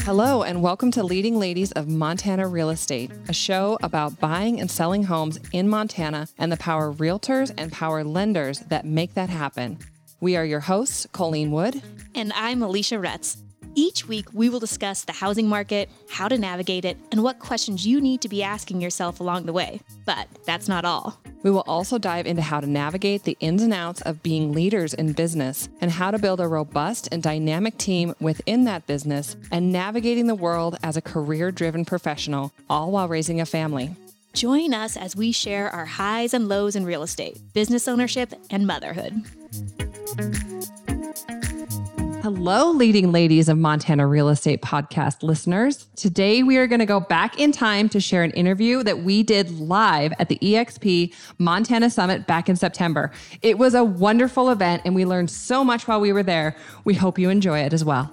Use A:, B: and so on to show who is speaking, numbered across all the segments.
A: Hello, and welcome to Leading Ladies of Montana Real Estate, a show about buying and selling homes in Montana and the power realtors and power lenders that make that happen. We are your hosts, Colleen Wood.
B: And I'm Alicia Retz. Each week, we will discuss the housing market, how to navigate it, and what questions you need to be asking yourself along the way. But that's not all.
A: We will also dive into how to navigate the ins and outs of being leaders in business and how to build a robust and dynamic team within that business and navigating the world as a career driven professional, all while raising a family.
B: Join us as we share our highs and lows in real estate, business ownership, and motherhood.
A: Hello, leading ladies of Montana Real Estate Podcast listeners. Today, we are going to go back in time to share an interview that we did live at the EXP Montana Summit back in September. It was a wonderful event, and we learned so much while we were there. We hope you enjoy it as well.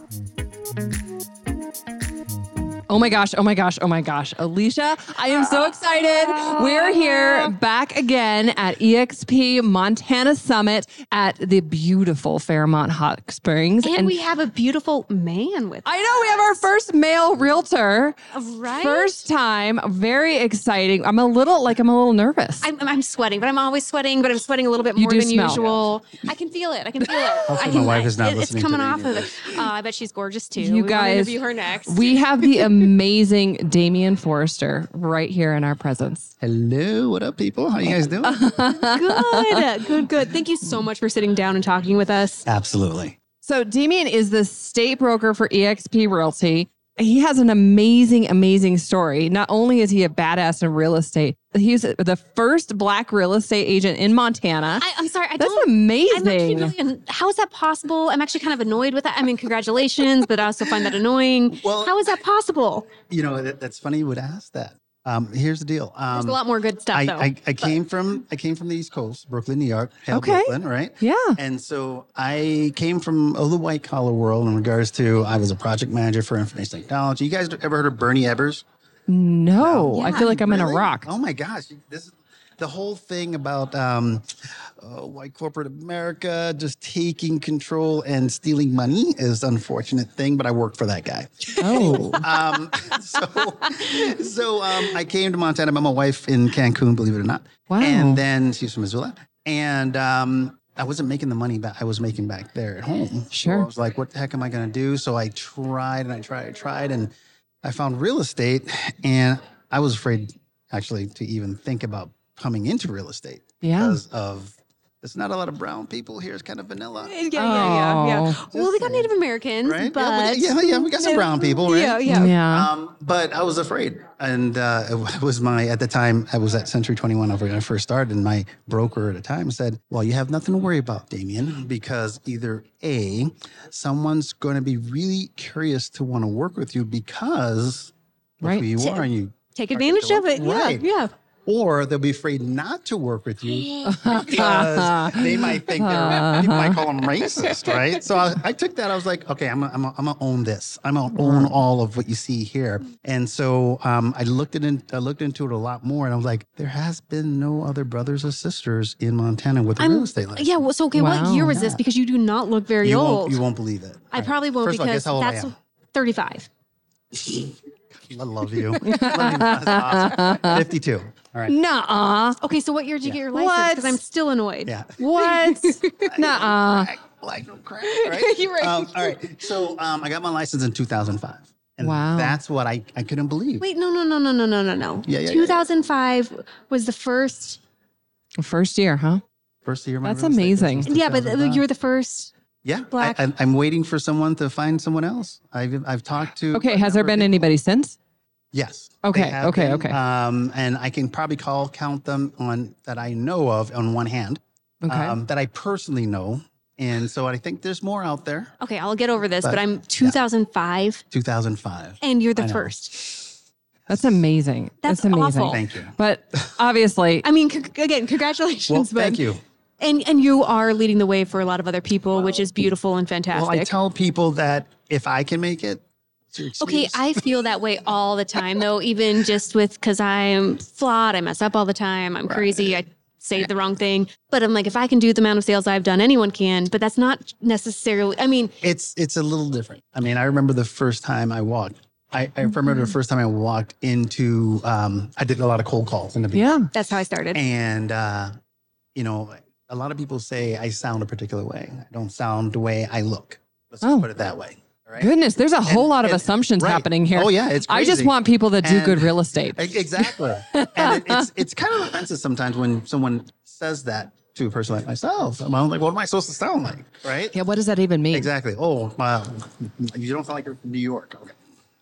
A: Oh my gosh, oh my gosh, oh my gosh. Alicia, I am so excited. We're here back again at EXP Montana Summit at the beautiful Fairmont Hot Springs.
C: And, we have a beautiful man with us.
A: I know we have our first male realtor.
C: Right?
A: First time. Very exciting. I'm a little like I'm a little nervous.
C: I'm, I'm sweating, but I'm always sweating, but I'm sweating a little bit more
A: do
C: than
A: smell.
C: usual. I can feel it. I can feel it. I
D: my
C: can,
D: wife is not
C: it-
D: listening
C: It's
D: to
C: coming
D: the
C: off of
D: interview.
C: it. Uh, I bet she's gorgeous too.
A: you
C: we want to
A: guys
C: interview her next.
A: We have the amazing Damian Forrester right here in our presence.
D: Hello, what up, people? How you guys doing?
C: good, good, good. Thank you so much for sitting down and talking with us.
D: Absolutely.
A: So Damien is the state broker for EXP Realty. He has an amazing, amazing story. Not only is he a badass in real estate, he's the first black real estate agent in Montana.
C: I, I'm sorry. I
A: That's
C: don't. I'm actually
A: amazing.
C: really. an- How is that possible? I'm actually kind of annoyed with that. I mean, congratulations, but I also find that annoying.
D: Well-
C: how is that possible?
D: You know, that, that's funny you would ask that. Um, here's the deal.
C: There's
D: Um,
C: a lot more good stuff
D: I,
C: though.
D: I, I came from I came from the East Coast, Brooklyn, New York. Hail
A: Okay.
D: Brooklyn, right?
A: Yeah.
D: And so I came from a little white collar world in regards to I was a project manager for information technology. You guys ever heard of Bernie Evers?
A: No, I feel like I'm in a
D: Really?
A: rock.
D: Oh my gosh, you- this is the whole thing about um, uh, white corporate America just taking control and stealing money is an unfortunate thing. But I worked for that guy.
A: Oh,
D: Um, so, so um, I came to Montana. I met my wife in Cancun, believe it or not.
A: Wow.
D: And then she's from Missoula. And um, I wasn't making the money that I was making back there at home.
A: Sure.
D: So I was like, what the heck am I going to do? So I tried and I tried, I tried, and I found real estate. And I was afraid actually to even think about coming into real estate
A: yeah.
D: because of there's not a lot of brown people here. It's kind of vanilla.
C: yeah, yeah, yeah, yeah. Oh. Well, we got Native Americans,
D: uh, Right?
C: but
D: yeah, we- yeah, yeah, we got some brown people, right?
C: Yeah, yeah.
A: Yeah.
D: Um, but I was afraid, and uh, it was my at the time I was at Century Twenty One when I first started, and my broker at the time said, "Well, you have nothing to worry about, Damien, because either a someone's going to be really curious to want to work with you because of
A: Right.
D: who you
C: Ta-
D: are, and you."
C: Take
D: Target
C: advantage of it.
D: door. Right.
C: Yeah, yeah.
D: Or they'll be afraid not to work with you because they might think they're, people might call them racist, right? So I, I took that. I was like, okay, I'm gonna, I'm gonna, I'm gonna own this. I'm gonna own all of what you see here. And so um, I looked it in, I looked into it a lot more, and I was like, there has been no other brothers or sisters in Montana with a
C: I'm-
D: real estate license.
C: Yeah. Well, so okay,
A: Wow.
C: what year was this? Because you do not look very
D: you
C: old.
D: won't, you won't believe it.
C: I probably won't
D: First of all,
C: because
D: guess how old I
C: that's
D: am.
C: 35.
D: I love you. Love you. That's awesome. Fifty-two. All right.
A: Nuh-uh.
C: Okay, so what year did you get your license?
A: What?
C: Because I'm still annoyed.
D: Yeah.
A: What? Nuh-uh.
D: crack, like no crack, right?
C: You're right.
D: Um, all right. So um, I got my license in 2005. And
A: Wow.
D: That's what I, I couldn't believe.
C: Wait, no, no, no, no, no, no, no, no.
D: Yeah, yeah, yeah, yeah.
C: 2005 was the first.
A: First year, huh?
D: First year. of my
A: That's
D: real estate
A: amazing.
D: business,
C: Yeah, but uh,
D: 2005.
C: you were the first.
D: yeah.
C: black.
D: I, I, I'm waiting for someone to find someone else. I've I've talked to.
A: Okay.
D: a
A: Has there
D: number of
A: been
D: people.
A: anybody since?
D: Yes.
A: Okay,
D: they have
A: okay,
D: been.
A: okay.
D: Um, and I can probably call count them on that I know of on one hand.
A: Okay.
D: Um, that I personally know, and so I think there's more out there.
C: Okay, I'll get over this, but,
D: But-
C: I'm 2005
D: 2005.
C: and you're
D: I
C: the
D: know.
C: first.
A: That's amazing. That's,
C: That's
A: amazing.
C: awful.
D: Thank you.
A: But obviously,
C: I mean, c- again, congratulations.
D: Well,
C: but-
D: thank you.
C: And, and you are leading the way for a lot of other people, which is beautiful and fantastic.
D: Well, I tell people that if I can make it, it's your
C: Okay,
D: excuse.
C: I feel that way all the time, though, even just with because I'm flawed, I mess up all the time, I'm crazy, I say the wrong thing. But I'm like, if I can do the amount of sales I've done, anyone can. But that's not necessarily. I mean,
D: It's it's a little different. I mean, I remember the first time I walked. I,
A: Mm-hmm.
D: I remember the first time I walked into. Um, I did a lot of cold calls in the beginning,
A: Yeah.
C: that's how I started.
D: and uh, you know, a lot of people say I sound a particular way. I don't sound the way I look. Let's just
A: Oh.
D: put it that way. All right.
A: Goodness, there's a whole lot of
D: and-
A: assumptions
D: right.
A: happening here.
D: Oh yeah, it's. Crazy.
A: I just want people that do good
D: And-
A: real estate.
D: E- Exactly. and it, it's it's kind of offensive sometimes when someone says that to a person like myself. I'm like, what am I supposed to sound like? Right?
A: Yeah, what does that even mean?
D: Exactly. Oh, wow. You don't sound like you're from New York. Okay.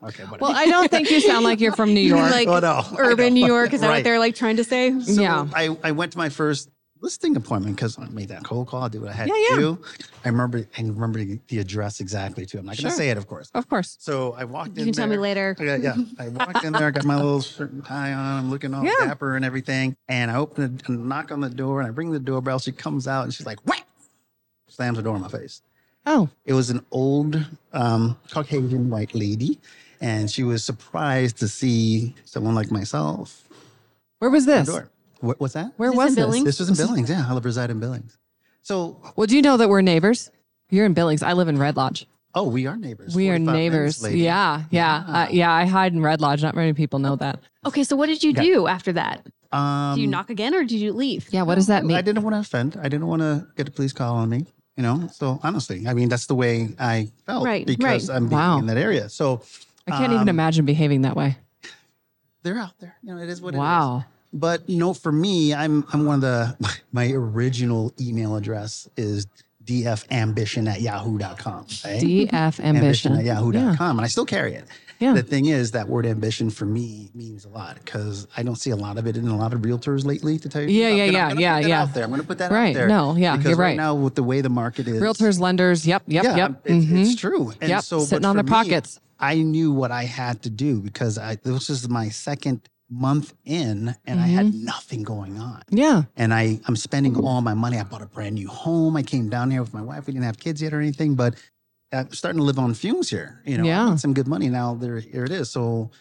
D: Okay. Whatever.
A: Well, I don't think you sound like you're from New York.
C: like
D: Oh, no.
C: urban New York, is that
D: Right.
C: what they're like trying to say?
D: So
A: yeah.
D: I, I went to my first listing appointment because I made that cold call. I did what I had
A: Yeah,
D: to
A: yeah.
D: do. I remember I remember the address exactly too. I'm not going
A: Sure.
D: to say it, of course.
A: Of course.
D: So I walked in.
C: You can tell me
D: there.
C: later.
D: Yeah, yeah. I walked in there, got my little shirt and tie on. I'm looking all
A: Yeah.
D: dapper and everything. And I open it and knock on the door and I ring the doorbell. She comes out and she's like, whack, slams the door in my face.
A: Oh,
D: It was an old um, Caucasian white lady. And she was surprised to see someone like myself
A: where was
D: at
A: this?
D: the door. What, what's that?
A: Where
C: Is this
A: was
C: in
A: this?
C: Billings?
D: This was in Billings. Yeah, I live reside in Billings. So,
A: Well, do you know that we're neighbors? You're in Billings. I live in Red Lodge.
D: oh, we are neighbors.
A: We are
D: 45 minutes,
A: neighbors.
D: lady. Ah.
A: Yeah, yeah, uh, yeah. I hide in Red Lodge. Not many people know that.
C: Okay, so what did you
D: Yeah.
C: do after that?
D: Um,
C: Do you knock again or did you leave?
A: Yeah. What does that
D: I
A: mean?
D: didn't want to offend. I didn't want to get a police call on me. You know, so honestly, I mean, that's the way I felt
C: Right,
D: because
C: right.
D: I'm being
A: Wow.
D: in that area. So
A: I can't even
D: um,
A: imagine behaving that way.
D: they're out there. You know, it is what it is.
A: Wow.
D: But you know, for me, I'm I'm one of the my original email address is dfambition at yahoo.com. Right?
A: DF ambition.
D: at yahoo.com. And I still carry it.
A: Yeah.
D: The thing is that word ambition for me means a lot because I don't see a lot of it in a lot of realtors lately, to tell you. the
A: Yeah,
D: truth. I'm
A: yeah,
D: gonna-
A: yeah,
D: I'm gonna
A: yeah,
D: put that
A: yeah.
D: Out there. I'm going to put that
A: Right.
D: out there.
A: No, yeah,
D: Because
A: you're
D: right.
A: right.
D: now, with the way the market is,
A: Realtors, lenders. Yep. Yep.
D: yeah,
A: yep.
D: It's,
A: mhm.
D: it's true. And
A: Yep,
D: so,
A: sitting
D: but
A: on their
D: for me,
A: pockets.
D: I knew what I had to do because I this is my second month in and I had
A: Mm-hmm.
D: nothing going on
A: yeah.
D: and I I'm spending all my money. I bought a brand new home. I came down here with my wife. We didn't have kids yet or anything, but I'm starting to live on fumes here. You know, I
A: Yeah.
D: made some good money now. There, here it is. So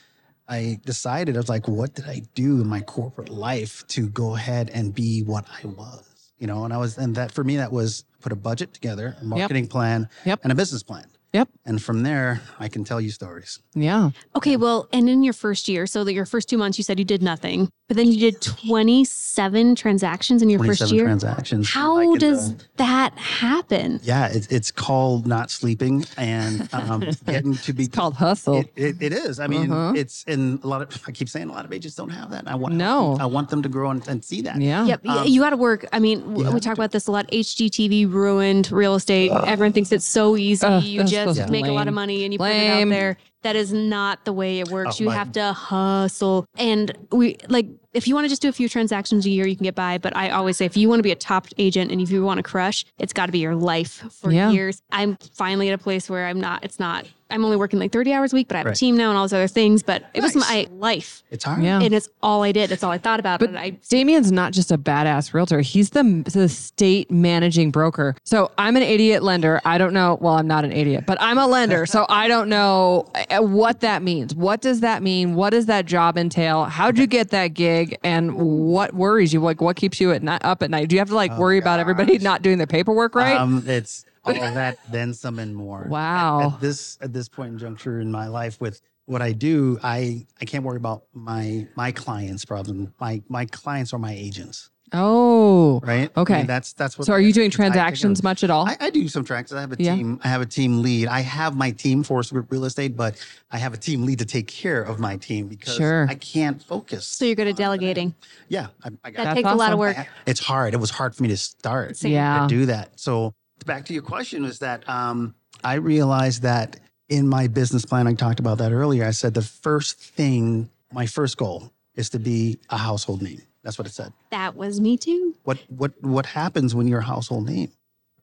D: I decided I was like, what did I do in my corporate life to go ahead and be what I was? You know, and I was, and that for me, that was put a budget together, a marketing plan,
A: Yep.
D: and a business plan.
A: Yep.
D: And from there, I can tell you stories.
A: Yeah.
C: Okay, well, and in your first year, so that your first two months, you said you did nothing, but then you did 27 transactions in your first
D: 27
C: year.
D: transactions. I
C: How
D: could,
C: does
D: uh,
C: that happen?
D: yeah, it's, it's called not sleeping and um, getting to be
A: It's called hustle.
D: It, it, it is. I mean,
A: Uh-huh.
D: it's in a lot of. I keep saying a lot of agents don't have that. and I want.
A: No.
D: I want them to grow and, and see that.
A: yeah.
C: Yep,
D: um,
C: y- you got to work. I mean, w- we talk about this a lot. HGTV ruined real estate. Everyone thinks it's so easy.
A: Ugh,
C: you
A: that's
C: just
A: so
C: make a lot
A: lame.
C: of money and you put it
A: Lame.
C: out there. That is not the way it works.
D: Oh,
C: you
D: my-
C: have to hustle. And we like if you want to just do a few transactions a year, you can get by. But I always say if you want to be a top agent and if you want to crush, it's got to be your life for
A: Yeah.
C: years. I'm finally at a place where I'm not. It's not. I'm only working like 30 hours a week, but I have
D: Right.
C: a team now and all those other things. But it was
D: Nice.
C: my life.
D: It's hard.
A: Yeah.
C: And it's all I did. That's all I thought about.
A: But
C: it. I
A: Damien's not just a badass realtor. He's the, the state managing broker. So I'm an idiot lender. I don't know. Well, I'm not an idiot, but I'm a lender. So I don't know uh, what that means. What does that mean? What does that job entail? How'd you get that gig? And what worries you? Like, what keeps you at night, up at night? Do you have to like worry about everybody not doing their paperwork right?
D: Oh, Um, it's all that, then some, and more. At- At,
A: Wow.
D: this at this point in juncture in my life, with what I do, I I can't worry about my my clients' problem. My my clients are my agents,
A: oh,
D: right? I
A: Okay.
D: mean, that's that's what.
A: so are you doing
D: I take care of-
A: transactions much at all?
D: I, I do some tracks. I have a
A: Yeah.
D: team. I have a team lead. I have my team for us with real estate, but I have a team lead to take care of my team because
A: Sure.
D: I can't focus.
C: so you're good at delegating.
D: yeah, I, I got
C: That
A: That's
C: takes a lot
A: awesome.
C: of work.
D: I- It's hard. It was hard for me to start
C: Same.
A: yeah.
D: to do that. So back to your question is that um, I realized that in my business plan, I talked about that earlier. I said the first thing, my first goal is to be a household name. That's what it said.
C: That was me too.
D: What what what happens when you're a household name,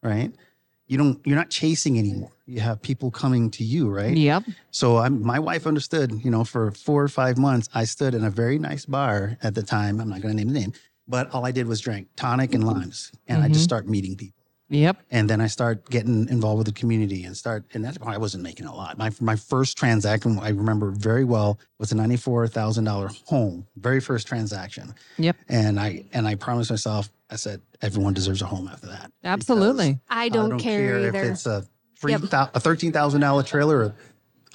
D: right? You don't you're not chasing anymore. You have people coming to you, right?
A: Yep.
D: So I'm, my wife understood, you know, for four or five months, I stood in a very nice bar at the time. I'm not going to name the name, but all I did was drink tonic and limes, and I just start meeting people.
A: Yep.
D: and then I start getting involved with the community and start. And that's why I wasn't making a lot. My my first transaction I remember very well was a ninety four thousand dollar home, very first transaction.
A: Yep.
D: And I and I promised myself, I said, everyone deserves a home after that.
A: Absolutely.
C: I
D: I
C: don't, care, either.
D: if it's a three thou- a thirteen thousand dollar trailer. Or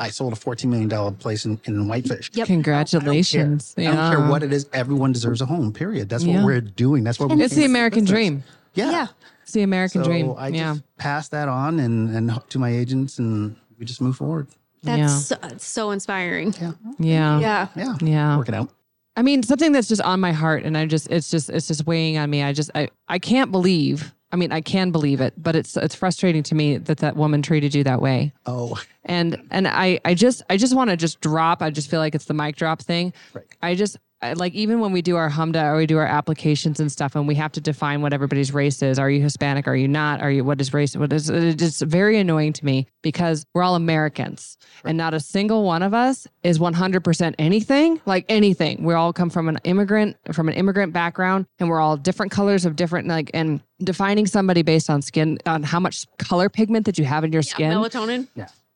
D: I sold a fourteen million dollar place in, in Whitefish.
C: Yep.
A: Congratulations.
D: I don't care
A: Yeah.
D: what it is. Everyone deserves a home. Period. That's what
A: Yeah.
D: we're doing. That's what we
A: It's the American dream.
D: Yeah.
C: Yeah.
A: It's the American
D: so
A: dream.
D: I
A: yeah.
D: just passed that on and and to my agents, and we just move forward.
C: That's
A: Yeah.
C: so, so inspiring.
D: Yeah,
A: yeah.
C: Yeah.
D: yeah,
A: Yeah.
D: Work it out.
A: I mean, something that's just on my heart and I just it's just it's just weighing on me. I just I I can't believe. I mean, I can believe it, but it's it's frustrating to me that that woman treated you that way.
D: Oh,
A: And and I I just I just want to just drop. I just feel like it's the mic drop thing.
D: Right.
A: I just I, like even when we do our humda or we do our applications and stuff, and we have to define what everybody's race is. Are you Hispanic? Are you not? Are you what is race? What is it's very annoying to me because we're all Americans, and not a single one of us is 100% anything like anything. We all come from an immigrant from an immigrant background, and we're all different colors of different like and defining somebody based on skin on how much color pigment that you have in your skin
C: Melatonin.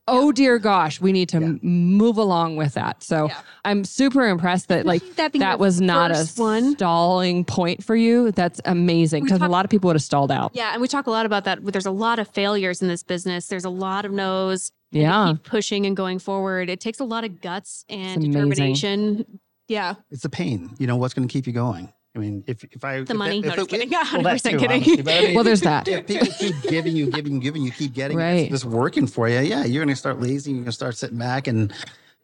A: oh dear gosh, we need to m move along with that. So I'm super impressed that like
C: that
A: that,
C: being your
A: was not a
C: first one.
A: stalling point for you. That's amazing because a lot of people would have stalled out.
C: Yeah, and we talk a lot about that. There's a lot of failures in this business. There's a lot of no's. and to
A: Yeah.
C: keep pushing and going forward. It takes a lot of guts and
A: It's amazing.
C: determination. Yeah,
D: it's the pain. You know what's going to keep you going. I mean, if if I
C: the money.
D: If,
C: no, just
D: if-
C: kidding.
D: well, that
C: 100%
D: too, honestly,
C: kidding.
D: but I mean,
A: Well, there's that.
D: If people keep giving you, giving, giving, you keep getting it,
A: Right.
D: it's just working for you. Yeah, you're going to start lazy. You're going to start sitting back, and,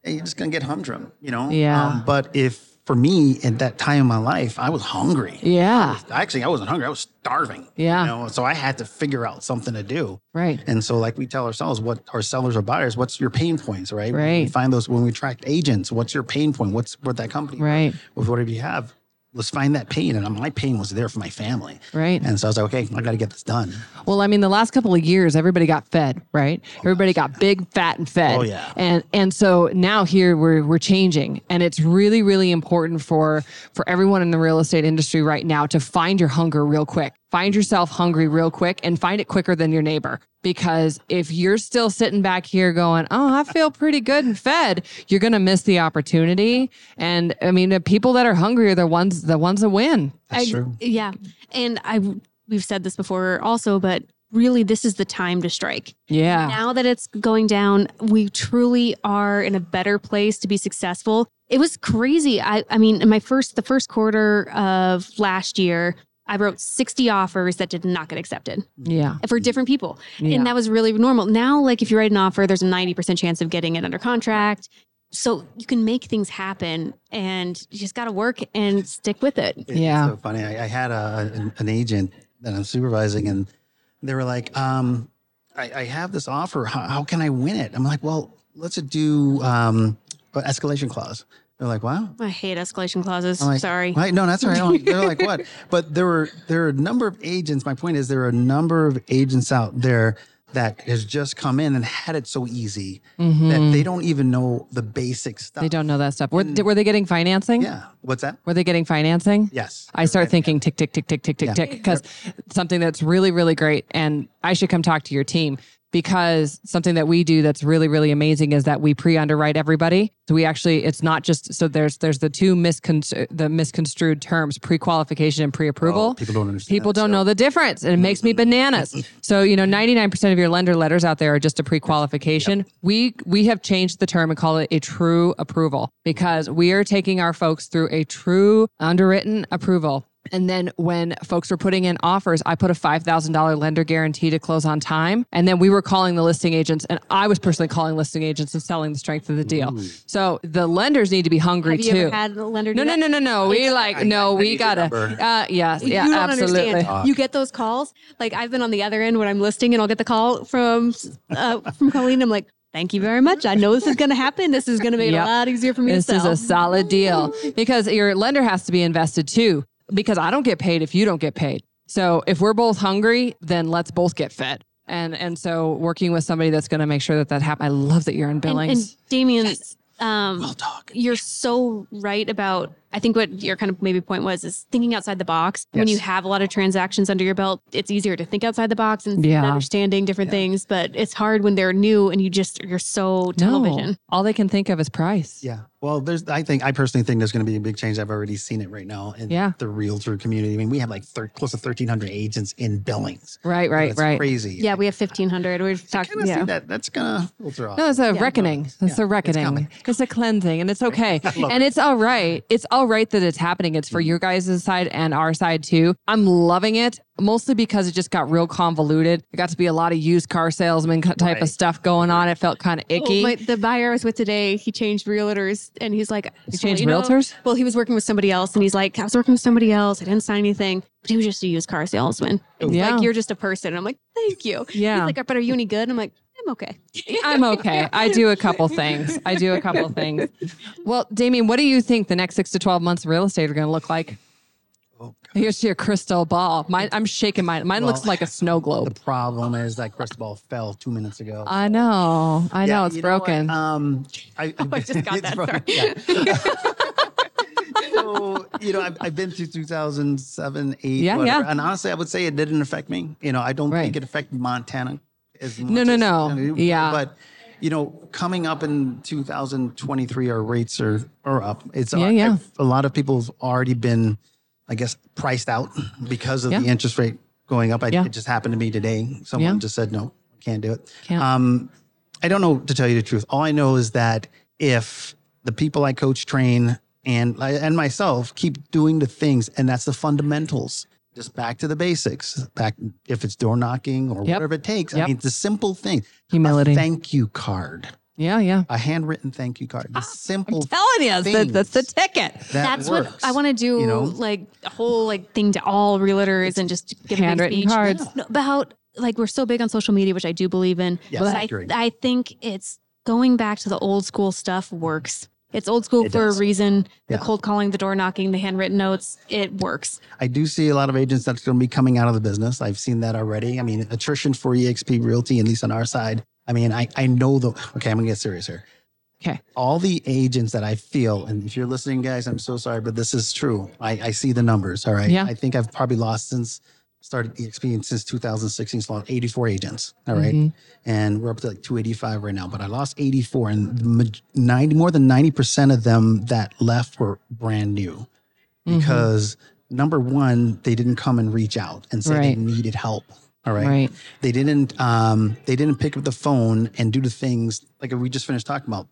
D: and you're just going to get humdrum. You know. Um,
A: Yeah.
D: but if for me at that time in my life, I was hungry.
A: Yeah.
D: Actually, I wasn't hungry. I was starving.
A: Yeah.
D: You know, so I had to figure out something to do.
A: Right.
D: And so, like we tell ourselves, what our sellers or buyers, what's your pain points, right? When we
A: Right.
D: find those when we attract agents. What's your pain point? What's what that company
A: Right.
D: with whatever you have? Let's find that pain. And my pain was there for my family.
A: Right.
D: And so I was like, okay, I got to get this done.
A: Well, I mean, the last couple of years, everybody got fed, right? everybody got big, fat, and fed.
D: Oh, yeah.
A: And and so now here we're we're changing, and it's really really important for for everyone in the real estate industry right now to find your hunger real quick. Find yourself hungry real quick, and find it quicker than your neighbor. Because if you're still sitting back here going, "Oh, I feel pretty good and fed," you're gonna miss the opportunity. And I mean, the people that are hungry are the ones the ones that win.
D: That's
C: I-
D: true.
C: Yeah, and I we've said this before also, but really, this is the time to strike.
A: Yeah.
C: Now that it's going down, we truly are in a better place to be successful. It was crazy. I, I mean, in my first, the first quarter of last year, I wrote 60 offers that did not get accepted
A: Yeah.
C: for different people.
A: Mm-hmm. Yeah.
C: And that was really normal. Now, like if you write an offer, there's a 90% chance of getting it under contract. So you can make things happen and you just got to work and stick with it.
D: It's
A: Yeah.
D: so funny. I, I had a, an, an agent that I'm supervising, and they were like, um, I, I have this offer. How, how can I win it? I'm like, well, let's do um, an escalation clause. They're like, wow.
C: I hate escalation clauses.
D: I'm like,
C: Sorry.
D: Right? No, that's all right. I don't- They're like what? But there were there are a number of agents. My point is there are a number of agents out there that has just come in and had it so easy that they don't even know the basic stuff.
A: Mm-hmm. They don't know that stuff. Were, did- were they getting financing?
D: Yeah. What's that?
A: Were they getting financing?
D: Yes.
A: I start thinking tick, tick, tick, tick, tick, tick,
D: Yeah.
A: tick, because something that's really, really great, and I should come talk to your team because something that we do that's really, really amazing is that we pre-underwrite everybody. So we actually, it's not just so there's there's the two miscon the misconstrued terms pre-qualification and pre-approval.
D: Oh, people don't understand
A: People
D: that,
A: don't
D: so-
A: know the difference, and it makes me bananas. So you know, ninety nine percent of your lender letters out there are just a pre-qualification. We we have changed the term and call it a true approval because we are taking our folks through a true underwritten approval. And then when folks were putting in offers, I put a $5,000 lender guarantee to close on time. And then we were calling the listing agents, and I was personally calling listing agents and selling the strength of the deal. So the lenders need to be hungry
C: Have you
A: too.
C: ever had a lender do
A: no, no,
C: that?
A: no, no, no. We like, no, we
D: need the
A: gotta.
D: number.
A: Uh, yes, yeah,
C: you don't
A: absolutely.
C: understand. You get those calls. Like I've been on the other end when I'm listing, and I'll get the call from uh, from Colleen. I'm like, "Thank you very much. I know this is going to happen. This is going to make
A: Yep.
C: it a lot easier for me
A: This
C: to
A: is
C: sell."
A: a solid deal because your lender has to be invested too, because I don't get paid if you don't get paid. So if we're both hungry, then let's both get fed. And and so working with somebody that's going to make sure that that happens. I love that you're in
C: and,
A: Billings.
C: and Damien, um,
D: Dog.
C: you're so right about I think what your kind of maybe point was is thinking outside the box. When
D: Yes.
C: you have a lot of transactions under your belt, it's easier to think outside the box and
A: Yeah.
C: understanding different things. But it's hard when they're new and you just you're so television.
A: No, all they can think of is price.
D: Yeah. Well, there's. I think I personally think there's going to be a big change. I've already seen it right now in
A: Yeah.
D: the realtor community. I mean, we have like thir- close to 1,300 agents in Billings.
A: Right, right,
D: That's
A: right.
D: Crazy.
C: Yeah, we have fifteen hundred. We're
D: I
C: talking.
D: kind of
C: Yeah.
D: see that. That's going to filter off.
A: No, it's a
C: Yeah.
A: reckoning. It's
D: Yeah,
A: a
D: it's
A: reckoning.
D: coming.
A: It's, a cleansing, and it's okay.
D: Look.
A: and it's all right. It's all right that it's happening. It's
D: Mm-hmm.
A: for your guys' side and our side too. I'm loving it, mostly because it just got real convoluted. It got to be a lot of used car salesman type of
D: Right.
A: stuff going on. It felt kind of icky.
C: Oh, my, the buyer I was with today, he changed realtors and he's like,
A: You
C: "Just to let
A: changed
C: you know-"
A: realtors?
C: well, he was working with somebody else and he's like, I was working with somebody else. I didn't sign anything, but he was just a used car salesman. It's
A: Yeah.
C: Like, you're just a person. I'm like, thank you.
A: Yeah.
C: He's like, but are you any good? I'm like, I'm okay.
A: I'm okay. I do a couple things. I do a couple things. Well, Damien, what do you think the next six to 12 months of real estate are going to look like?
D: Oh,
A: Here's your crystal ball. Mine, I'm shaking mine. Mine looks
D: Well,
A: like a snow
D: The
A: globe.
D: problem is that crystal ball fell two minutes ago.
A: I know. I
D: Yeah,
A: know. It's
D: you what?
A: broken. Oh,
D: um, I,
C: I just got
D: it's
C: that,
D: broken,
C: sorry.
D: yeah. so you know, I've, I've been through 2007, eight,
A: Yeah,
D: whatever,
A: yeah.
D: and honestly, I would say it didn't affect me. You know, I don't
A: Right.
D: think it affected Montana as much.
A: no,
D: as-
A: no.
D: I mean,
A: Yeah.
D: but. You know, coming up in 2023, our rates are are up. It's
A: Yeah, yeah.
D: I've- a lot of people have already been, I guess, priced out because of
A: Yeah.
D: the interest rate going up. I,
A: Yeah.
D: It just happened to me today. Someone
A: Yeah.
D: just said, "No, can't do it."
A: Can't.
D: Um, I don't know to tell you the truth. All I know is that if the people I coach, train, and and myself keep doing the things, and that's the fundamentals. Just back to the basics. Back if it's door knocking or
A: Yep.
D: whatever it takes.
A: Yep.
D: I mean, it's a simple thing.
A: Humility.
D: A thank you card,
A: yeah, yeah.
D: a handwritten thank you card. The
C: Ah,
D: simple.
A: Telling you, that, that's the
D: things
A: ticket.
D: that
C: That's
D: works.
C: what I want to do,
D: you know?
C: like a whole like thing to all realtors and just give a big
A: handwritten
C: speech.
A: cards.
C: No, about like we're so big on social media, which I do believe in.
D: Yes,
C: but
D: I
C: I,
D: agree.
C: I think it's going back to the old school stuff works. It's old school
D: It
C: for
D: does.
C: a reason.
D: Yeah.
C: The cold calling, the door knocking, the handwritten notes, it works.
D: I do see a lot of agents that's going to be coming out of the business. I've seen that already. I mean, attrition for EXP Realty, at least on our side. I mean, I, I know the, okay, I'm going to get serious here.
A: Okay.
D: All the agents that I feel, and if you're listening, guys, I'm so sorry, but this is true. I, I see the numbers. All right.
A: Yeah.
D: I think I've probably lost since started E EXP and since 2016, so lost 84 agents. All right?
A: Mhm.
D: And we're up to like 285 right now, but I lost 84 and the maj- 90, more than 90% of them that left were brand new
A: Mhm.
D: because number one, they didn't come and reach out and say
A: Right.
D: they needed help. All right.
A: Right.
D: They didn't um they didn't pick up the phone and do the things like we just finished talking about.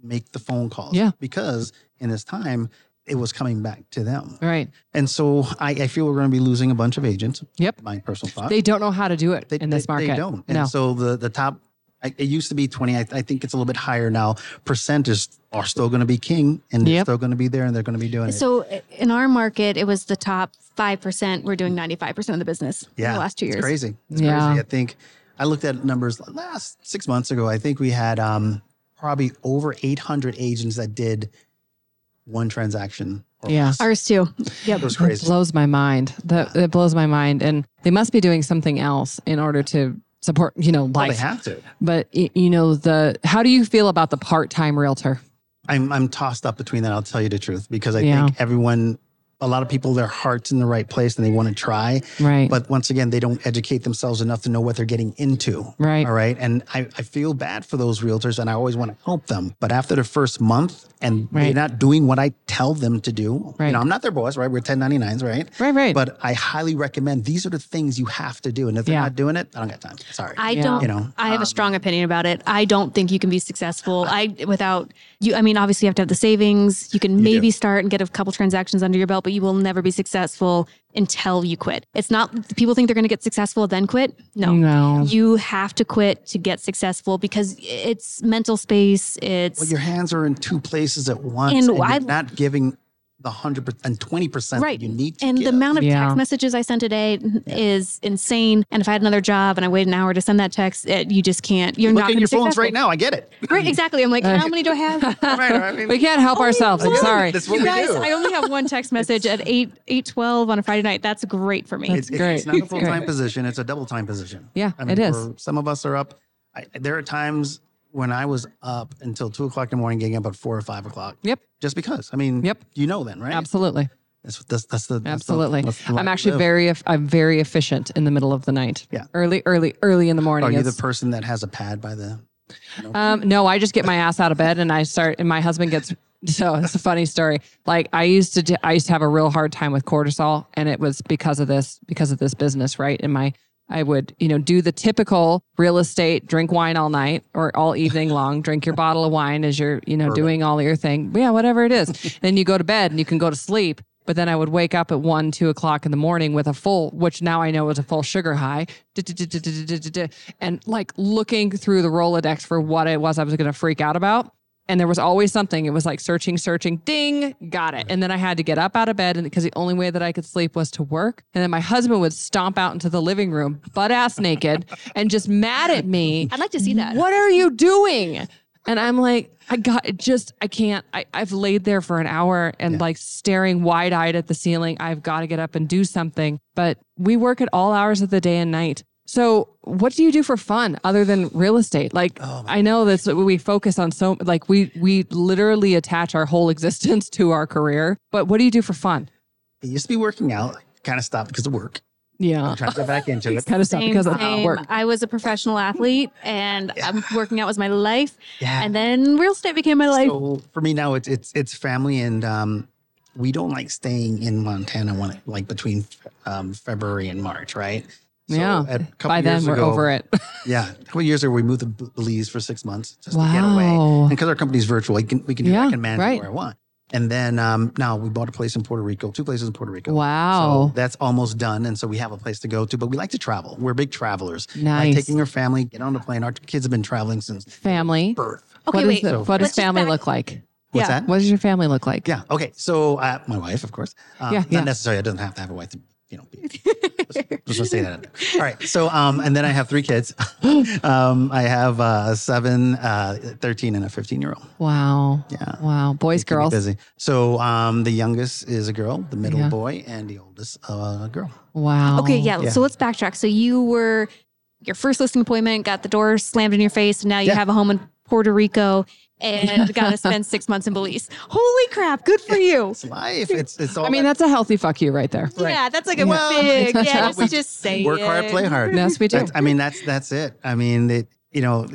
D: Make the phone calls.
A: Yeah.
D: Because in this time it was coming back to them.
A: Right.
D: And so I, I feel we're gonna be losing a bunch of agents.
A: Yep.
D: My personal thought.
A: They don't know how to do it
D: They-
A: in this
D: they-
A: market.
D: They don't. And
A: no.
D: so the the top, I, it used to be twenty. I, I think it's a little bit higher now. Percent is are still going to be king, and they're
A: Yep.
D: still going to be there, and they're going to be doing it.
C: So i- in our market, it was the top 5%. We're doing 95% of the business in the last two
D: it's
C: years.
D: crazy. It's
A: Yeah.
D: crazy. I think I looked at numbers last six months ago. I think we had um, probably over 800 agents that did one transaction. Or
A: Yeah.
D: less.
C: Ours too.
D: it was
A: It
D: crazy.
A: blows my mind. That it blows my mind, and they must be doing something else in order to support, you know,
D: Well, they
A: life.
D: have to.
A: but y- you know, the how do you feel about the part-time realtor?
D: I'm I'm tossed up between that. I'll tell you the truth because I
A: Yeah.
D: think everyone, a lot of people, their hearts in the right place and they want to try,
A: Right.
D: but once again, they don't educate themselves enough to know what they're getting into.
A: Right.
D: All right. And I, I feel bad for those realtors and I always want to help them. But after the first month and
A: Right.
D: they're not doing what I tell them to do,
A: Right.
D: you know, I'm not their boss, right? We're 1099s, right?
A: Right, right.
D: But I highly recommend these are the things you have to do. And if they're
A: Yeah.
D: not doing it, I don't got time. Sorry.
C: I
A: Yeah.
C: don't.
D: You know,
C: I have a strong opinion about it. I don't think you can be successful. I without you. I mean, obviously, you have to have the savings. You can maybe start and get a couple transactions under your belt, but you will never be successful until you quit. It's not people think they're going to get successful then quit. No,
A: No.
C: you have to quit to get successful because it's mental space. It's
D: Well, your hands are in two places at once
C: And
D: and, you're
C: I-
D: not giving the 100% and 20%
C: Right.
D: that you need to
C: and the
D: give.
C: amount of
A: Yeah.
C: text messages I sent today is insane. And if I had another job and I waited an hour to send that text, it, you just can't. You're
D: Look
C: not
D: at
C: going to
D: your
C: be
D: phones
C: successful.
D: right now. I get it.
C: Right, exactly. I'm like, how many do I have?
D: Right, I mean-
A: we can't help ourselves. I'm
D: Oh, Yeah,
A: sorry.
D: That's what
C: You
D: we
C: guys,
D: do.
C: I only have one text message at eight eight twelve on a Friday night. That's great for me.
D: It's,
A: great.
D: it's not a
A: It's
D: full time
A: great.
D: position. It's a double time position.
A: Yeah,
D: I
A: it is.
D: we're- Some of us are up. I, there are times when I was up until two o'clock in the morning, getting up at four or five o'clock.
A: Yep.
D: Just because. I mean,
A: Yep.
D: You know, then, right?
A: Absolutely.
D: That's what- that's that's the that's the-
A: Absolutely.
D: that's the
A: I'm
D: life
A: actually
D: we live.
A: very eff- I'm very efficient in the middle of the night.
D: Yeah.
A: Early, early, early in the morning.
D: Are you
A: is-
D: the person that has a pad by the?
A: Um, no, I just get my ass out of bed and I start, and my husband gets. So it's a funny story. Like I used to, do, I used to have a real hard time with cortisol, and it was because of this, because of this business, right? And my, I would, you know, do the typical real estate, drink wine all night or all evening long, drink your bottle of wine as you're, you know, doing all your thing, yeah, whatever it is. then you go to bed and you can go to sleep. But then I would wake up at one, two o'clock in the morning with a full, which now I know is a full sugar high, and like looking through the Rolodex for what it was I was going to freak out about. And there was always something. It was like searching, searching, ding, got it. And then I had to get up out of bed because the only way that I could sleep was to work. And then my husband would stomp out into the living room, butt ass naked, and just mad at me.
B: I'd like to see
D: Mm-hmm.
B: that.
A: What are you doing? And I'm like, I got it just, I can't. I, I've laid there for an hour and like staring wide eyed at the ceiling. I've got to get up and do something. But we work at all hours of the day and night. So, what do you do for fun other than real estate? Like,
D: Oh
A: I know that's what we focus on so, like, we, we literally attach our whole existence to our career. But what do you do for fun?
D: It used to be working out. Kind of stopped because of work.
A: Yeah.
D: I'm trying to get back into it.
A: Kind of stuff
C: Same,
A: because of
C: same.
A: work.
C: I was a professional athlete and I'm working out was my life.
D: Yeah.
C: And then real estate became my life.
D: So for me now, it's it's it's family, and um, we don't like staying in Montana when like between um, February and March, right? So
A: Yeah.
D: at- a couple
A: By then,
D: years
A: we're
D: ago-
A: over it.
D: Yeah, a couple years ago, we moved to B- Belize for six months just to get away,
A: wow.
D: and because our company's virtual, I can, we can do that.
A: Yeah,
D: I can manage it
A: right.
D: where I want. And then um, now we bought a place in Puerto Rico, two places in Puerto Rico.
A: Wow.
D: So that's almost done, and so we have a place to go to. But we like to travel. We're big travelers.
A: nice.
D: Like taking our family, get on the plane. Our kids have been traveling since
A: family.
D: birth.
A: What
B: Okay,
A: is
B: wait.
A: the- what does
B: Let's just
A: family
B: back-
A: look like?
D: What's
C: Yeah.
D: that?
A: What does your family look like?
D: Yeah. Okay. So uh, my wife, of course. Um,
A: Yeah,
D: Not
A: yeah.
D: necessarily. I doesn't have to have a wife to you know. Be, just, just to say that. All right. So um, and then I have three kids. um, I have uh, seven, uh, 13 and a fifteen year old.
A: Wow.
D: Yeah.
A: Wow. Boys,
D: Keep me
A: girls.
D: Busy. So um, the youngest is a girl, the middle
A: Yeah.
D: boy, and the oldest uh, a girl.
A: Wow.
C: Okay, yeah,
D: Yeah.
C: So let's backtrack. So you were your first listing appointment, got the door slammed in your face, and now you
D: Yeah.
C: have a home in Puerto Rico and got to spend six months in Belize. Holy crap! Good for you.
D: It's life. It's it's all.
A: I mean, that's a healthy fuck you right there.
C: Yeah, that's like a
D: Well,
C: big. Yeah,
D: we
C: just, just say
D: work hard,
C: it.
D: play hard.
A: Yes, we do.
D: That's- I mean, that's that's it. I mean, it, you know,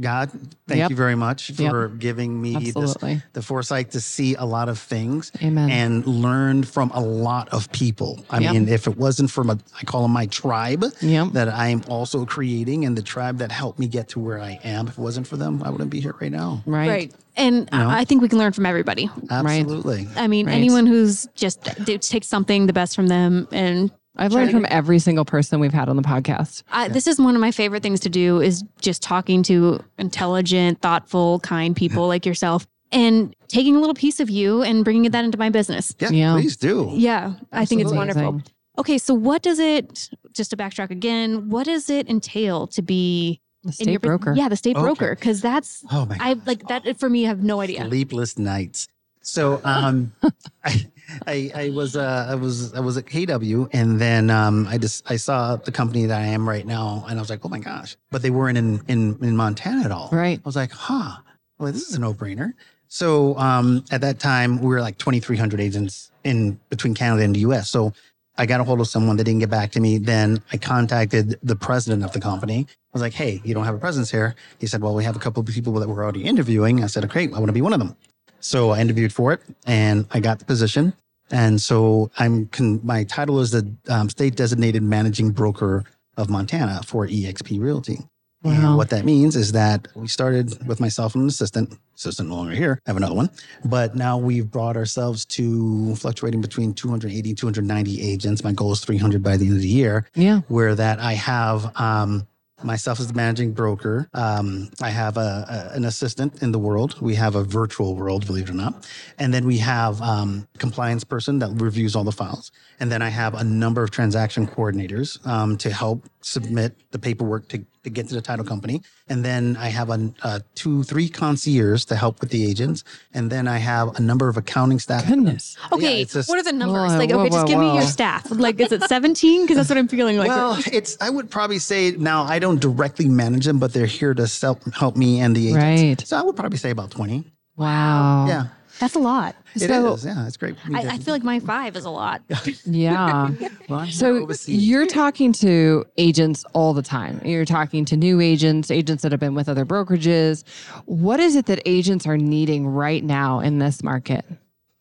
D: God, thank
A: Yep.
D: you very much for giving me
A: Absolutely.
D: this the foresight to see a lot of things
A: Amen.
D: and learn from a lot of people. I
A: Yep.
D: mean, if it wasn't from a, I call them my tribe
A: Yep.
D: that I am also creating, and the tribe that helped me get to where I am. If it wasn't for them, I wouldn't be here right now.
A: Right.
C: Right. And I I think we can learn from everybody.
D: Absolutely.
C: I mean,
A: Right.
C: anyone who's just they take something the best from them. And
A: I've learned from every single person we've had on the podcast.
C: I, this is one of my favorite things to do is just talking to intelligent, thoughtful, kind people like yourself and taking a little piece of you and bringing that into my business.
D: Yeah,
A: Yeah.
D: please do.
C: Yeah, I think it's
A: Absolutely.
C: wonderful. Okay, so what does it? Just to backtrack again, what does it entail to be
A: The
C: in your
A: state
C: bus-
A: broker.
C: Yeah, the state
D: Okay.
C: broker, because that's
D: Oh my
C: I like that for me. I have no idea.
D: sleepless nights. So um, I, I I was uh, I was I was at KW, and then um, I just I saw the company that I am right now, and I was like, oh my gosh! But they weren't in in in Montana at all.
A: Right.
D: I was like, huh. Well, this is a no brainer. So um, at that time, we were like 2,300 agents in between Canada and the U.S. So I got a hold of someone. They didn't get back to me. Then I contacted the president of the company. I was like, hey, you don't have a presence here. He said, well, we have a couple of people that we're already interviewing. I said, okay, I want to be one of them. So I interviewed for it and I got the position. And so I'm con- my title is the um, state designated managing broker of Montana for EXP Realty.
A: Wow.
D: And what that means is that we started with myself and an assistant. Assistant no longer here. I have another one. But now we've brought ourselves to fluctuating between 280, 290 agents. My goal is 300 by the end of the year,
A: Yeah.
D: where that I have um, myself as the managing broker. Um, I have a, a- an assistant in the world. We have a virtual world, believe it or not. And then we have um, compliance person that reviews all the files. And then I have a number of transaction coordinators um, to help submit the paperwork to to get to the title company. And then I have a, uh two, three concierges to help with the agents. And then I have a number of accounting staff.
A: Goodness.
C: Okay,
D: Yeah, it's just-
C: what are the numbers?
A: Whoa,
C: like, okay,
A: whoa,
C: just
A: whoa,
C: give me your
A: whoa.
C: staff. Like, is it 17? Because that's what I'm feeling like.
D: Well, Oh, it's I would probably say now I don't directly manage them, but they're here to sel- help me and the agents.
A: Right.
D: So I would probably say about twenty.
A: Wow.
D: Yeah,
C: that's a lot.
D: it is.
A: So-
D: Yeah, it's great.
C: I, I feel like my five is a lot.
A: Yeah.
D: Well, I'm
A: So
D: overseas.
A: you're talking to agents all the time. You're talking to new agents, agents that have been with other brokerages. What is it that agents are needing right now in this market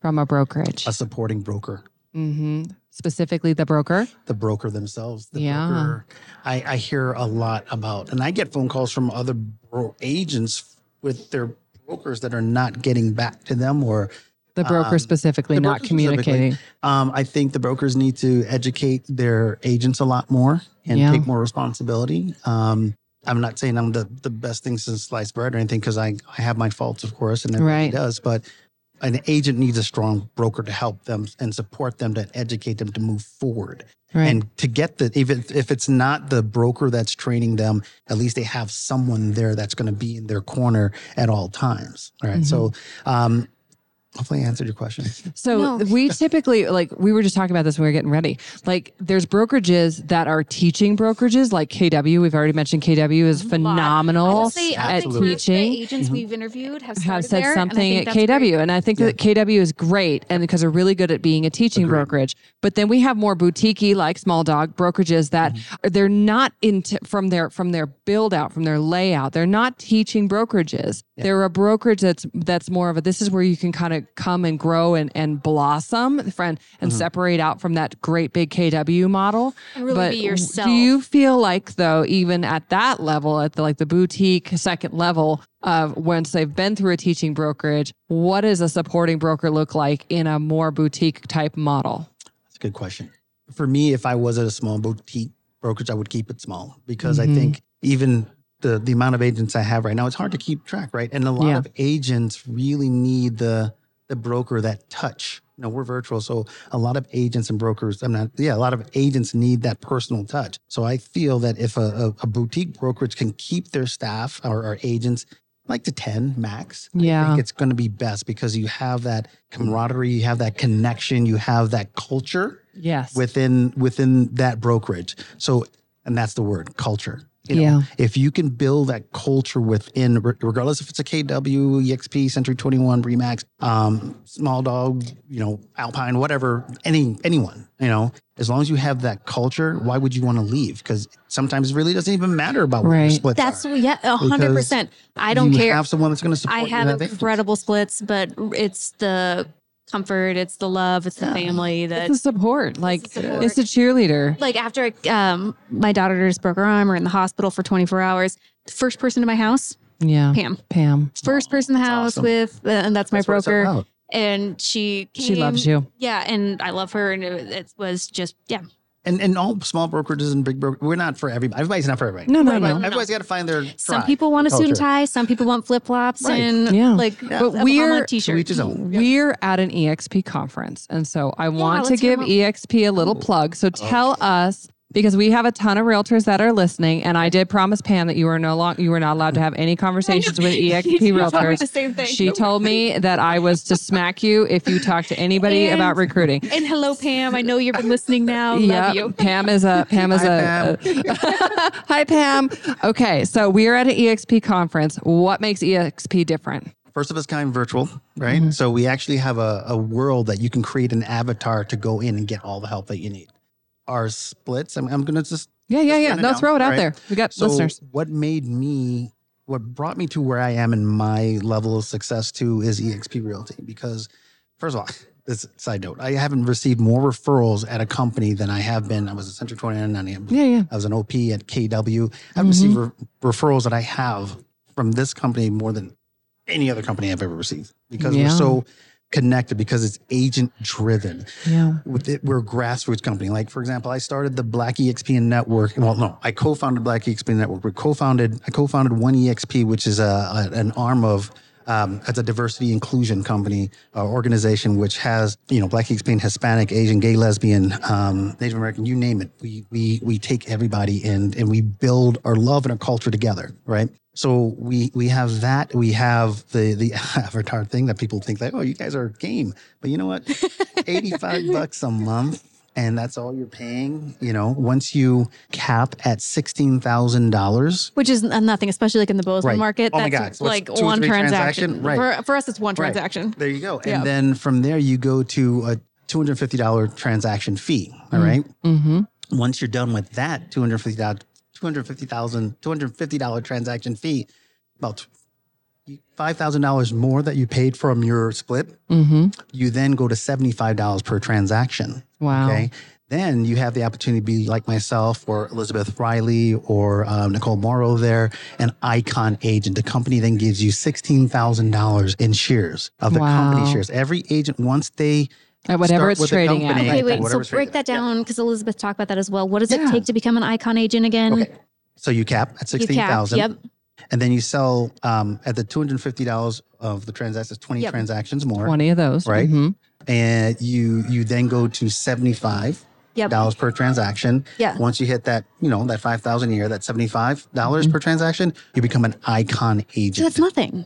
A: from a brokerage?
D: a supporting broker.
A: hmm Specifically, the broker.
D: the broker themselves. The
A: Yeah.
D: broker, I, I hear a lot about, and I get phone calls from other bro- agents with their brokers that are not getting back to them or
A: The broker
D: Um,
A: specifically
D: the
A: not
D: broker specifically.
A: communicating.
D: Um, I think the brokers need to educate their agents a lot more and
A: Yeah.
D: take more responsibility. Um, I'm not saying I'm the, the best thing since sliced bread or anything because I, I have my faults, of course, and everybody
A: Right.
D: does. But an agent needs a strong broker to help them and support them to educate them to move forward.
A: Right.
D: And to get the, even if it's not the broker that's training them, at least they have someone there that's going to be in their corner at all times. All right? So
A: Mm-hmm.
D: um, hopefully I answered your question.
A: So we typically like we were just talking about this when we were getting ready. Like there's brokerages that are teaching brokerages like KW. We've already mentioned KW is
C: I
A: phenomenal
C: will say, I
A: at
C: think
D: Absolutely.
C: half the
A: teaching.
C: agents we've interviewed have,
A: have
C: started
A: said
C: there, and I
A: something
C: think
A: at
C: that's
A: KW,
C: great.
A: and I think that KW is great, and because they're really good at being a teaching
D: Agreed.
A: brokerage. But then we have more boutique like small dog brokerages that they're not into from their from their build out, from their layout. They're not teaching brokerages. They're a brokerage that's that's more of a this is where you can kind of come and grow and and blossom, friend, and separate out from that great big KW model.
C: And really
A: but
C: be
A: w-
C: yourself.
A: Do you feel like though, even at that level, at the like the boutique second level of once they've been through a teaching brokerage, what does a supporting broker look like in a more boutique type model?
D: That's a good question. For me, if I was at a small boutique brokerage, I would keep it small because
A: Mhm.
D: I think even the the amount of agents I have right now, it's hard to keep track, right? And a lot
A: Yeah.
D: of agents really need the the broker that touch. You know, we're virtual, so a lot of agents and brokers. I'm not. Yeah, a lot of agents need that personal touch. So I feel that if a, a, a boutique brokerage can keep their staff or, or agents like to ten max, I
A: Yeah.
D: think it's going to be best because you have that camaraderie, you have that connection, you have that culture
A: Yes.
D: within within that brokerage. So, and that's the word culture. You know,
A: Yeah.
D: If you can build that culture within, re- regardless if it's a KW, EXP, Century Twenty One, Remax, um, Small Dog, you know, Alpine, whatever, any anyone, you know, as long as you have that culture, why would you want to leave? Because sometimes it really doesn't even matter about what your
A: Right.
D: splits
C: That's
D: are.
C: yeah, a hundred
D: Because
C: percent. I don't
D: you
C: care.
D: Have someone that's going to support
C: I
D: you in
C: have
D: that thing.
C: incredible splits, but it's the comfort, it's the love, it's the family that
A: It's a support. Like it's a,
C: support.
A: cheerleader.
C: like after I, um, my daughter's broke her arm or in the hospital for 24 hours, first person to my house,
A: Yeah.
C: Pam,
A: Pam.
C: first person to the house
D: awesome.
C: with, uh, and that's my
D: That's what it's
C: broker.
D: about.
C: And she came,
A: She loves you.
C: Yeah. And I love her. And it, it was just, yeah.
D: And and all small brokerages and big brokerages, we're not for everybody. Everybody's not for everybody.
A: No, no,
C: Right,
A: no.
C: right.
D: Everybody's got to find their.
C: Some
D: tribe.
C: people want a suit and
D: Culture.
C: tie. Some people want flip flops
D: Right.
C: and
A: Yeah.
C: like,
A: But
C: a
A: we're-
C: Bahama
D: To
C: t-shirt.
D: each his own.
A: We're at an EXP conference. And so I want to
C: let's hear
A: give
C: about-
A: EXP a little plug.
C: Oh,
A: So tell us because we have a ton of realtors that are listening, and I did promise Pam that you were no long, you were not allowed to have any conversations with EXP realtors.
C: the same thing.
A: She told me that I was to smack you if you talk to anybody
C: And-
A: about recruiting.
C: And hello, Pam. I know you've been listening now. Love you.
A: Pam is a Pam is
D: Hi,
A: a, a- Hi Pam. Okay, so we are at an EXP conference. What makes EXP different?
D: First of its kind virtual, right? So we actually have a, a world that you can create an avatar to go in and get all the help that you need. Our splits, I'm, I'm going to just
A: Yeah, yeah,
D: Just
A: yeah.
D: write it
A: No,
D: down,
A: throw it out
D: right?
A: there. We got
D: So
A: listeners.
D: what made me, what brought me to where I am in my level of success too is EXP Realty because first of all, this side note, I haven't received more referrals at a company than I have been. I was at Central 29 and I am
A: Yeah, yeah. Mm-hmm.
D: I was an OP at KW. I've received re- referrals that I have from this company more than any other company I've ever received because
A: Yeah.
D: we're so connected because it's agent driven.
A: Yeah.
D: With it, we're a grassroots company. Like for example, I started the Black EXP Network. Well, no, I E co-founded Black EXP Network. We co-founded. I co-founded One EXP, which is a, a- an arm of um, as a diversity inclusion company uh, organization, which has you know Black, E Hispanic, Hispanic, Asian, gay, lesbian, um, Native American, you name it. We we we take everybody and and we build our love and our culture together, right? So we we have that. We have the the avatar thing that people think like, oh, you guys are game, but you know what? Eighty five bucks a month. And that's all you're paying, you know. Once you cap at sixteen thousand dollars,
C: Which is n- uh, nothing, especially like in the Bozeman
D: Right.
C: market.
D: Oh my
C: that's
D: God. So what's
C: like
D: two or
C: one
D: three
C: transaction.
D: transaction? Right.
C: For, for us, it's one transaction.
D: There you go. And
C: Yeah.
D: then from there, you go to a $250 transaction fee. All right.
A: Mm-hmm.
D: Once you're done with that $250, $250,000, $250 transaction fee, about $5,000 more that you paid from your split,
A: Mm-hmm.
D: you then go to $75 per transaction.
A: Wow.
D: Okay. Then you have the opportunity to be like myself or Elizabeth Riley or um, Nicole Morrow there, an icon agent. The company then gives you $16,000 in shares of the
A: Wow.
D: company shares. Every agent, once they
A: At whatever
D: start
A: it's
D: with the
A: trading at.
D: company,
C: Okay,
D: Right,
C: wait. So
D: whatever's
C: break
D: right
C: that
D: there.
C: down because Elizabeth talked about that as well. What does it
D: Yeah.
C: take to become an icon agent again?
D: Okay. So you cap at
C: You capped,
D: 16000
C: Yep.
D: And then you sell um, at the $250 of the transactions, 20
C: Yep.
D: transactions more.
A: 20 of those.
D: Right.
A: Mhm.
D: And you you then go to $75
C: Yep.
D: per transaction.
C: Yeah.
D: Once you hit that, you know, that 5000 a year, that $75
A: Mm-hmm.
D: dollars per transaction, you become an icon agent.
C: So that's nothing.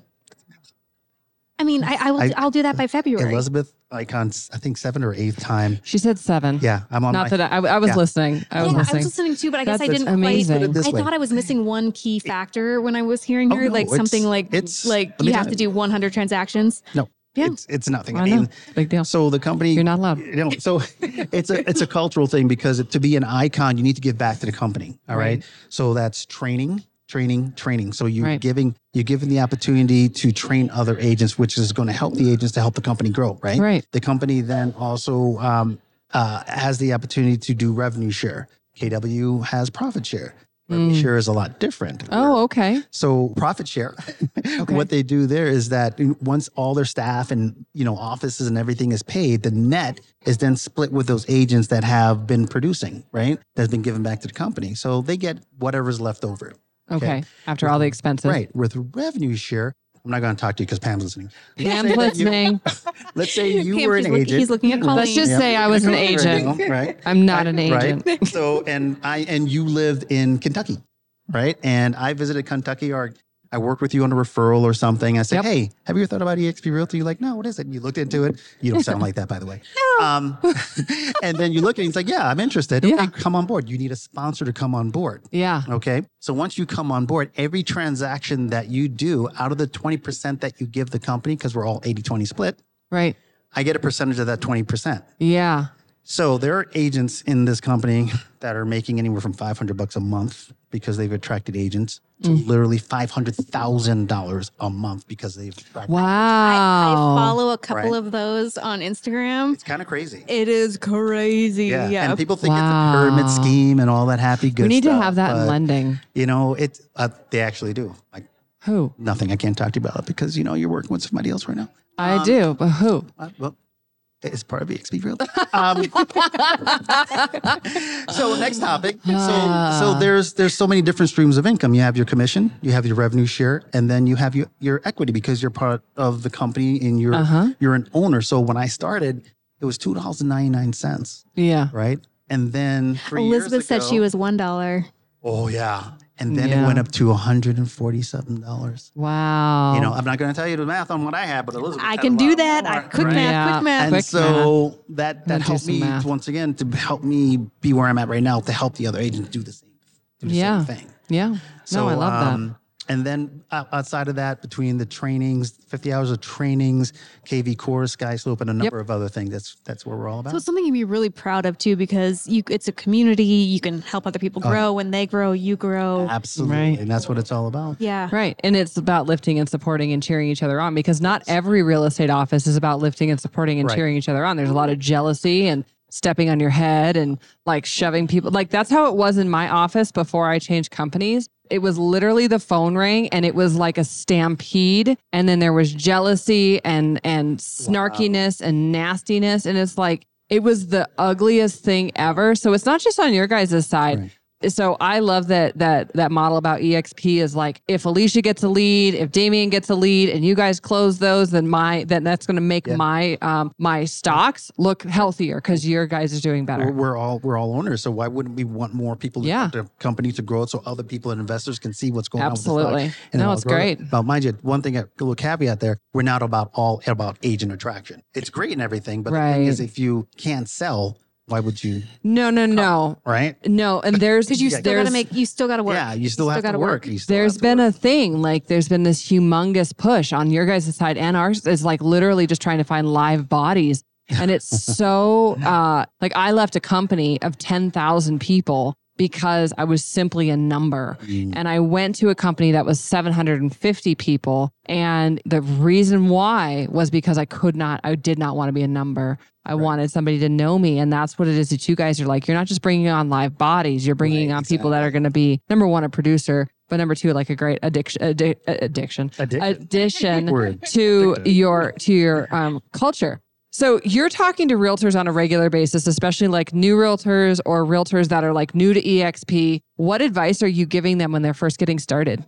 C: I mean, I, I will.
D: I-
C: I, will do that by February.
D: Elizabeth Icon's, I think seventh or eighth time.
A: She said seven.
D: Yeah, I'm on.
A: Not
D: my,
A: that I, I was
D: Yeah.
A: listening. I was
C: yeah, I
A: listening.
C: was listening too, but I guess I
A: That's
C: didn't
A: amazing.
C: quite.
A: Put it
D: this
C: I
D: way.
C: thought I was missing one key factor when I was hearing
D: Oh,
C: her, like
D: no, it's-
C: something like
D: it's-
C: like
D: let me
C: you
D: tell
C: have to
D: you.
C: do 100 transactions.
D: no,
C: Yeah.
D: it's it's nothing.
A: I know. Big deal.
D: so the company
A: You're not allowed.
D: You know, so it's a it's a cultural thing because to be an icon, you need to give back to the company. All right.
A: Right.
D: So that's training, training, training. So you're
A: Right.
D: giving you're giving the opportunity to train other agents, which is going to help the agents to help the company grow. Right.
A: Right.
D: The company then also um, uh, has the opportunity to do revenue share. KW has profit share. Revenue
A: Mm.
D: share is a lot different.
A: Oh, okay.
D: So profit share. What they do there is that once all their staff and you know offices and everything is paid, the net is then split with those agents that have been producing, right? That's been given back to the company. So they get whatever's left over.
A: okay. After all the expenses.
D: Right. With revenue share, I'm not going to talk to you because Pam's listening. Let's
A: Pam
D: say that you-
A: listening.
D: Let's say you
C: Pam,
D: were
C: she's
D: an
C: looking-
D: agent.
C: He's looking at Colleen.
A: Let's just say I was an agent.
D: Right.
A: I'm not an agent.
D: Right? So, and I and you lived in Kentucky, right? And I visited Kentucky, or I worked with you on a referral or something. I said,
A: Yep.
D: "Hey, have you ever thought about EXP Realty?" You're like, "No, what is it?" And you looked into it. You don't sound like that, by the way. Um, and then you look at it. It's like, "Yeah, I'm interested.
A: Yeah.
D: Okay, come on board. You need a sponsor to come on board."
A: Yeah.
D: Okay. So once you come on board, every transaction that you do out of the 20% that you give the company, because we're all 80 20 split,
A: Right.
D: I get a percentage of that 20%.
A: Yeah.
D: So there are agents in this company that are making anywhere from 500 bucks a month because they've attracted agents to
A: Mm.
D: literally $500,000 a month because they've attracted.
A: Wow.
C: I follow a couple
D: Right.
C: of those on Instagram.
D: It's kind of crazy.
C: It is crazy.
D: yeah.
C: Yeah.
D: And people think
A: Wow.
D: it's a pyramid scheme and all that happy good
A: we need to
D: stuff,
A: have that in
D: but,
A: lending.
D: You know, it, uh, they actually do. Like
A: Who?
D: nothing. I can't talk to you about it because, you know, you're working with somebody else right now.
C: Um,
A: I do, but who?
D: Uh, well, it's part of EXP Realty. Um, so next topic. So, so there's there's so many different streams of income. You have your commission, you have your revenue share, and then you have your, your equity because you're part of the company and you're
A: Uh-huh.
D: you're an owner. So when I started, it was two dollars and ninety nine cents,
A: Yeah.
D: right? And then three years
C: Elizabeth said she
D: ago-
C: was one dollar.
D: Oh yeah. And then
A: Yeah.
D: it went up to one hundred and forty seven dollars.
A: Wow.
D: You know, I'm not going to tell you the math on what I had, but Elizabeth,
C: Oh. I
D: had a
C: can do
D: lot
C: that. I
D: more,
C: quick
D: right?
C: math.
A: Yeah.
C: Quick math.
D: and
A: Quick
D: so that
A: Gonna
D: that
A: do
D: helped
A: some
D: me
A: math.
D: once again to help me be where I'm at right now to help the other agents do the same, do the
A: Yeah.
D: same thing.
A: yeah.
D: So,
A: no, I love that.
D: um, And then o- outside of that, between the trainings, 50 hours of trainings, KV course, Sky Slope, and a number of other things, that's that's what we're all about.
C: So it's something you'd be really proud of too, because you it's a community. You can help other people
D: Uh,
C: grow. When they grow, you grow.
D: Absolutely,
A: Right.
D: and that's what it's all about.
C: Yeah.
A: Right. And it's about lifting and supporting and cheering each other on because not every real estate office is about lifting and supporting and
D: Right.
A: cheering each other on. There's a lot of jealousy and stepping on your head and like shoving people. Like that's how it was in my office before I changed companies. It was literally the phone rang and it was like a stampede and then there was jealousy and and snarkiness and nastiness and it's like it was the ugliest thing ever. So it's not just on your guys' side.
D: Right.
A: So I love that that that model about EXP is like if Alicia gets a lead, if Damien gets a lead, and you guys close those, then my then that's going to make
D: Yeah.
A: my um my stocks look healthier because your guys are doing better.
D: We're, we're all we're all owners, so why wouldn't we want more people
A: Yeah.
D: to the company to grow it so other people and investors can see what's going on? with the
A: Absolutely.
D: stock and
A: No,
D: how
A: it's
D: grows?
A: great.
D: Now, mind you, one thing, a little caveat there: we're not about all about agent attraction. It's great and everything, but the thing is,
A: Right.
D: if you can't sell, why would you?
A: No, no, no,
D: Right?
A: no. And there's
C: Because you
A: there's,
C: still got to make, you still got to work.
D: Yeah, you still, have
C: gotta
D: to work. You still
A: There's
D: have to
A: been
D: work.
A: a thing like there's been this humongous push on your guys' side and ours is like literally just trying to find live bodies. And it's so uh like I left a company of 10,000 people because I was simply a number.
D: Mm.
A: And I went to a company that was 750 people and the reason why was because I could not I did not want to be a number. I wanted somebody to know me. And that's what it is that you guys are like. You're not just bringing on live bodies, you're bringing
D: Right,
A: on people that are going to be number one, a producer, but number two, like a great addiction, addi- addiction,
D: Addicted.
A: addition
D: Word.
A: to
D: Addicted.
A: your, to your um, culture. So you're talking to realtors on a regular basis, especially like new realtors or realtors that are like new to EXP. What advice are you giving them when they're first getting started?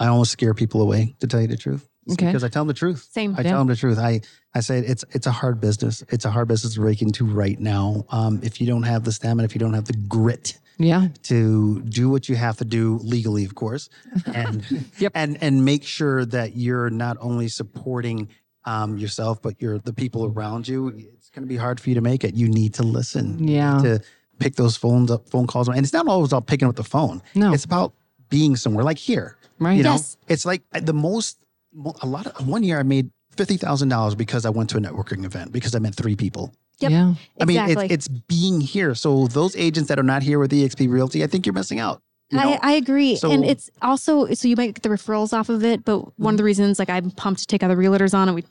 D: I almost scare people away, to tell you the truth. It's
A: Okay.
D: Because I tell them the truth.
C: Same.
D: I
A: Yeah.
D: tell them the truth. I, I say it's it's a hard business. It's a hard business to break into right now. Um, if you don't have the stamina, if you don't have the grit
A: Yeah.
D: to do what you have to do legally, of course, and
A: Yep.
D: and and make sure that you're not only supporting um, yourself but you're the people around you. It's going to be hard for you to make it. You need to listen.
A: Yeah.
D: To pick those phones up, phone calls, and it's not always about picking up the phone.
A: No.
D: It's about being somewhere, like here.
A: Right.
D: You know,
C: Yes.
D: it's like uh, the most. mo- A lot of one year I made fifty thousand dollars because I went to a networking event because I met three people.
C: Yep.
A: Yeah.
D: I mean,
C: Exactly.
D: it's, it's being here. So those agents that are not here with EXP Realty, I think you're missing out. You know?
C: I, I agree.
D: So-
C: and it's also, so you might get the referrals off of it, but
D: Mm-hmm.
C: one of the reasons like I'm pumped to take other realtors on and we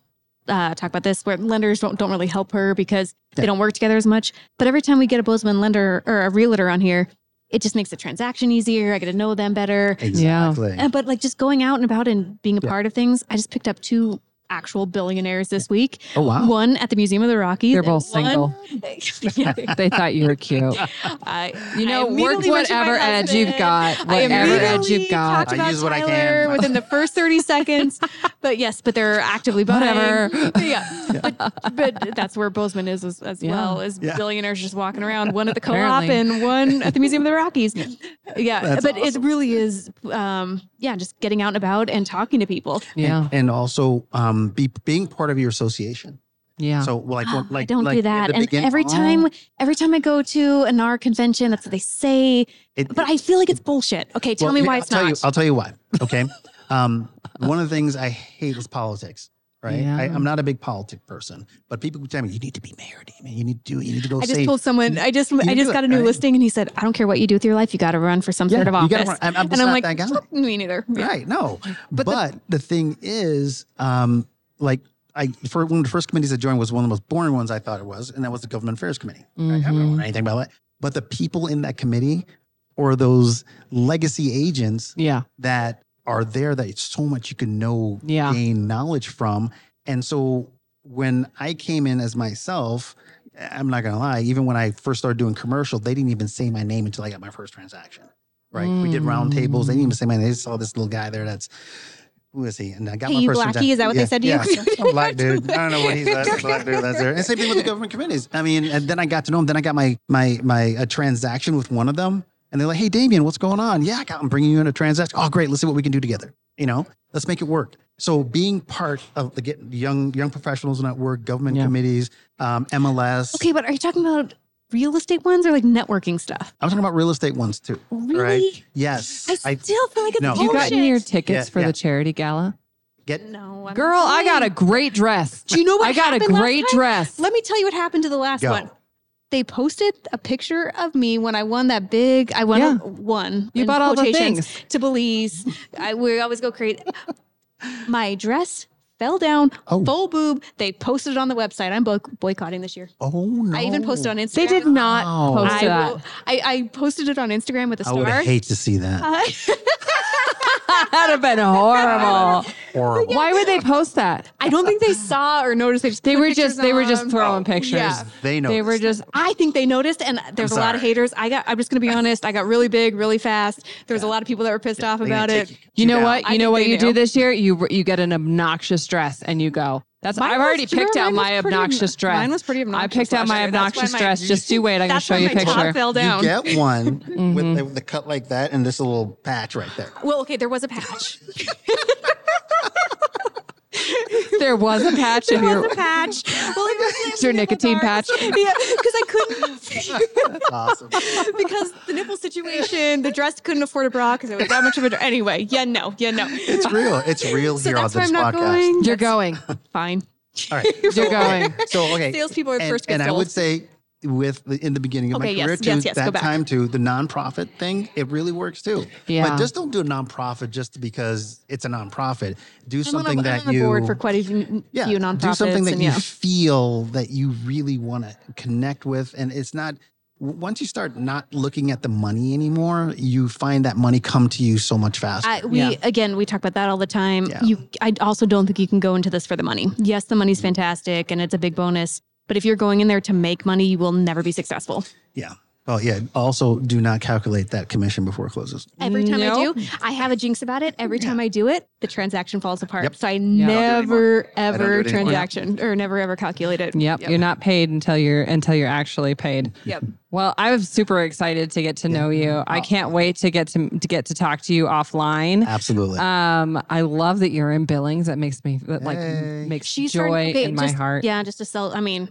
C: uh, talk about this where lenders don't, don't really help her because they
D: Yeah.
C: don't work together as much. But every time we get a Bozeman lender or a realtor on here, it just makes the transaction easier. I get to know them better.
D: exactly.
C: And, but like just going out and about and being a
D: Yeah.
C: part of things, I just picked up two actual billionaires this week.
D: Oh wow.
C: One at the Museum of the Rockies.
A: They're
C: and
A: both
C: one-
A: single. They thought you were cute.
C: I,
A: You
C: I
A: know, work
C: immediately went to my
A: whatever edge you've
C: husband.
A: got.
C: I
A: Whatever edge
C: immediately
A: you've got.
C: talked
D: I
C: about
D: use what I
C: Tyler
D: can.
C: within the first 30 seconds. But yes, but they're actively buying.
A: Whatever.
C: Yeah. But, but that's where Bozeman is as, as
A: Yeah.
C: well, is
D: Yeah.
C: billionaires just walking around, one at the co-op
A: Apparently.
C: and one at the Museum of the Rockies. Yeah.
D: That's
C: but it really is, um, yeah, just getting out and about and talking to people.
A: Yeah.
D: And also um, be being part of your association.
A: Yeah.
D: So like
C: Oh,
D: what- like
C: I don't
D: like
C: do
D: at
C: that.
D: the
C: And
D: begin-
C: every
D: Oh,
C: time, every time I go to an NAR convention, that's what they say.
D: it-
C: But I feel like it's bullshit. Okay, tell
D: Well,
C: me
D: here,
C: why
D: I'll
C: it's
D: tell
C: not.
D: You, I'll tell you why. Okay. um, one of the things I hate is politics. Right.
A: Yeah.
D: I, I'm not a big politic person, but people who tell me you need to be mayor, Damon. You need to do. it. You need to go
C: I
D: save.
C: just told someone. I just I
D: do
C: just
D: it,
C: got a new
D: right?
C: listing, and he said, "I don't care what you do with your life, you got to run for some
D: Yeah,
C: sort of
D: you
C: office."
D: gotta run. I'm- I'm
C: and
D: just
C: I'm
D: not
C: like,
D: that guy.
C: "Me neither." Yeah.
D: Right. No.
C: But
D: But,
C: the-
D: the, thing is, um, like I for one of the first committees I joined was one of the most boring ones I thought it was, and that was the government affairs committee. I I don't
A: Mhm.
D: know anything about that. But the people in that committee or those legacy agents
A: yeah.
D: that are there that it's so much you can know,
A: Yeah.
D: gain knowledge from. And so when I came in as myself, I'm not gonna lie, even when I first started doing commercial, they didn't even say my name until I got my first transaction. Right. We did round tables. They didn't even say my name. They just saw this little guy there that's who is he? And I got
C: Hey,
D: my
C: you
D: first
C: blackie,
D: transaction.
C: is that what they said to you?
D: yeah, some black dude. I don't know what he's that's a black dude that's there. And same thing with the government committees. I mean, and then I got to know him. Then I got my my my a transaction with one of them, and they're like, "Hey, Damien, what's going on? Yeah, I got, I'm bringing you in a transaction. Oh, great. Let's see what we can do together. You know, let's make it work." So being part of the get young young professionals network, government
A: Yeah.
D: committees, um, MLS.
C: Okay, but are you talking about real estate ones or like networking stuff?
D: I'm talking about real estate ones too.
C: Really?
D: Right? Yes,
C: I
D: I
C: still feel like it's
D: No.
A: Have you
C: bullshit.
A: gotten your tickets
D: Yeah,
A: for
D: yeah.
A: the charity gala?
D: get
C: no, I'm
A: Girl, I got a great dress.
C: Do you know what
A: I got a
C: happened last
A: great
C: time?
A: dress.
C: Let me tell you what happened to the last
D: Go.
C: one. They posted a picture of me when I won that big. I won
A: Yeah.
C: one.
A: You
C: in
A: bought all the
C: quotations,
A: things.
C: to Belize. I we always go create. My dress fell down,
D: Oh.
C: full boob. They posted it on the website. I'm boy- boycotting this year.
D: oh no.
C: I even posted on Instagram.
A: They did not
D: Wow.
A: post
C: I,
A: that.
C: will- I I posted it on Instagram with a
D: I would
C: star.
D: hate to see that.
C: Uh,
A: That'd have been horrible.
D: horrible.
A: Why would they post that?
C: I don't think they saw or noticed. They just
A: They
C: put
A: were
C: pictures
A: just they were just
C: on.
A: throwing pictures.
C: yeah.
D: They know.
A: They were just
C: I think they noticed, and there's a lot of
D: sorry.
C: haters. I got. I'm just gonna be honest. I got really big, really fast. There was a lot of people that were pissed off
D: They're gonna
C: about it.
D: take
A: You know what?
C: I
A: You know
C: think
A: what
C: they
A: you do.
C: do.
A: this year? You you get an obnoxious dress and you go. That's
C: Mine
A: I've
C: was-
A: already
C: do you
A: picked
C: remember
A: out
C: mine
A: my
C: was pretty obno-
A: obnoxious dress.
C: mine was pretty obnoxious
A: I picked out
C: last
A: my
C: year. That's why
A: obnoxious
C: my-
A: dress. Just do wait. I'm gonna
C: That's
A: show
C: why
A: you a
C: my top
A: picture.
C: fell down. Mm-hmm.
D: You get one with the, the cut like that and this little patch right there.
C: well, okay, there was a patch.
A: There was a patch in
C: there
A: your
C: was a patch. Well, it was, it was
A: your
C: nipple
A: nicotine
C: darts.
A: patch.
C: yeah, because I couldn't.
D: That's awesome.
C: because the nipple situation, the dress couldn't afford a bra because it was that much of a. Anyway, yeah, no, yeah, no.
D: It's real. It's real
C: So
D: here on
C: that's where I'm
D: this
C: not
D: podcast.
C: going.
A: You're going.
C: Fine.
D: All right.
A: You're going.
D: So okay.
C: Salespeople are the
D: and,
C: first to get
D: And I
C: sold.
D: would say with the, in the beginning of
C: Okay,
D: my
C: yes,
D: career too,
C: yes, yes, go
D: that
C: back.
D: time too, the nonprofit thing, it really works too.
A: Yeah.
D: But just don't do a nonprofit just because it's a nonprofit. Do
C: I'm
D: something
C: on a,
D: that
C: I'm on a
D: you
C: board for quite a few,
D: yeah,
C: few
D: do
C: nonprofits.
D: something that
C: and
D: you
C: yeah.
D: feel that you really want to connect with, and it's not. w- Once you start not looking at the money anymore, you find that money come to you so much faster.
C: I, we
A: Yeah.
C: again, we talk about that all the time.
D: Yeah.
C: You, I also don't think you can go into this for the money. Yes, the money's fantastic and it's a big bonus, but if you're going in there to make money, you will never be successful.
D: yeah. Oh yeah. Also, do not calculate that commission before it closes.
C: Every time
A: Nope.
C: I do, I have a jinx about it. Every time I do it, the transaction falls apart.
D: Yep.
C: So I
A: do it
C: never ever
D: it anymore.
C: transaction or never ever calculate it.
A: Yep, You're not paid until you're until you're actually paid.
C: Yep.
A: Well, I'm super excited to get to know you. I can't wait to get to to get to talk to you offline.
D: Absolutely.
A: Um, I love that you're in Billings. That makes me that like
D: Hey.
A: makes
C: She's
A: joy
C: starting- okay,
A: in my
C: just-
A: heart.
C: Yeah, just to sell. I mean,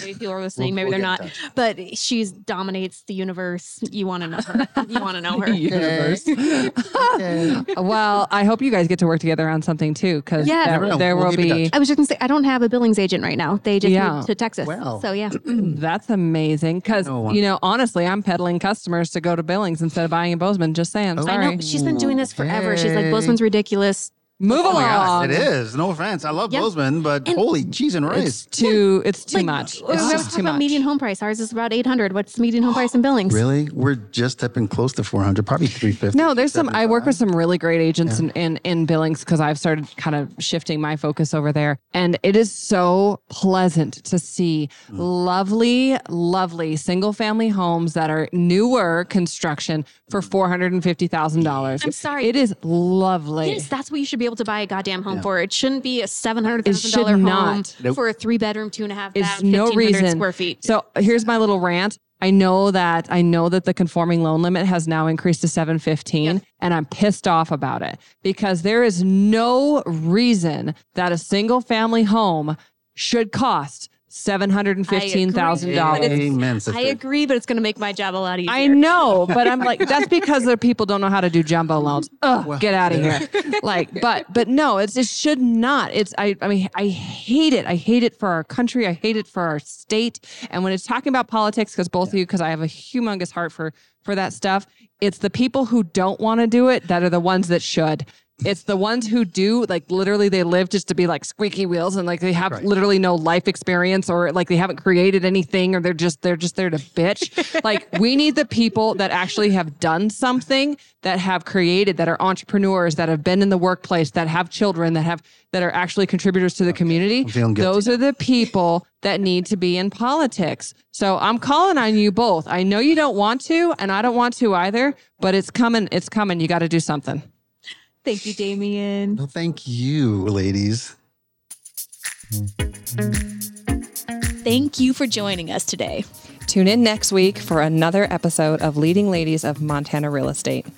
C: maybe people are listening, maybe
D: we'll
C: they're not.
D: get in
C: But she's dominates the universe. You want to know her. You want to know her.
A: universe. well, I hope you guys get to work together on something too, because
C: Yeah.
A: there,
D: Never know.
A: there
D: We'll
A: will
D: keep in
A: be.
D: touch.
C: I was just gonna say I don't have a Billings agent right now. They just
A: Yeah.
C: moved to Texas.
D: Wow.
C: So yeah,
A: That's amazing, because
D: No one-
A: you know, honestly, I'm peddling customers to go to Billings instead of buying in Bozeman. Just
D: Oh,
A: saying, sorry.
C: I know she's been doing this forever. She's like Bozeman's ridiculous.
A: Move
D: Oh
A: along.
D: my gosh, it is. No offense. I love Bozeman, but holy cheese and
A: It's
D: rice.
A: too. It's too much.
C: we
A: It's
C: always
A: just
C: talk
A: too
C: about
A: much.
C: median home price. Ours is about eight hundred. What's the median home price in Billings?
D: Really? We're just tipping close to 400, probably 350.
A: No, there's some. I work with some really great agents in, in in Billings because I've started kind of shifting my focus over there, and it is so pleasant to see lovely, lovely single family homes that are newer construction for four hundred and fifty thousand dollars.
C: I'm sorry.
A: it is lovely.
C: Yes, that's what you should be able to buy a goddamn home for. It shouldn't be a seven hundred thousand
A: should
C: dollar home
A: not.
D: Nope.
C: for a three bedroom, two and a half bath,
A: It's no
C: 1,500
A: reason.
C: square feet.
A: So here's my little rant. I know that I know that the conforming loan limit has now increased to 715 and I'm pissed off about it because there is no reason that a single family home should cost
C: But
A: $715,000.
C: it's-
D: Amen, sister.
C: I agree, but it's going to make my job a lot easier.
A: I know, but I'm like, that's because the people don't know how to do jumbo loans. Ugh, get out of here. Like, but but no, it's it should not. It's I I mean I hate it. I hate it for our country. I hate it for our state. And when it's talking about politics, because both of you, because I have a humongous heart for for that stuff. It's the people who don't want to do it that are the ones that should. It's the ones who do, like literally they live just to be like squeaky wheels and like they have literally no life experience or like they haven't created anything or they're just they're just there to bitch. like we need the people that actually have done something, that have created, that are entrepreneurs, that have been in the workplace, that have children, that have that are actually contributors to the community.
D: feeling guilty
A: Those are the people that need to be in politics. So I'm calling on you both. I know you don't want to, and I don't want to either, but it's coming. It's coming. You got to do something.
C: Thank you, Damien.
D: Well, thank you, ladies.
B: Thank you for joining us today.
A: Tune in next week for another episode of Leading Ladies of Montana Real Estate.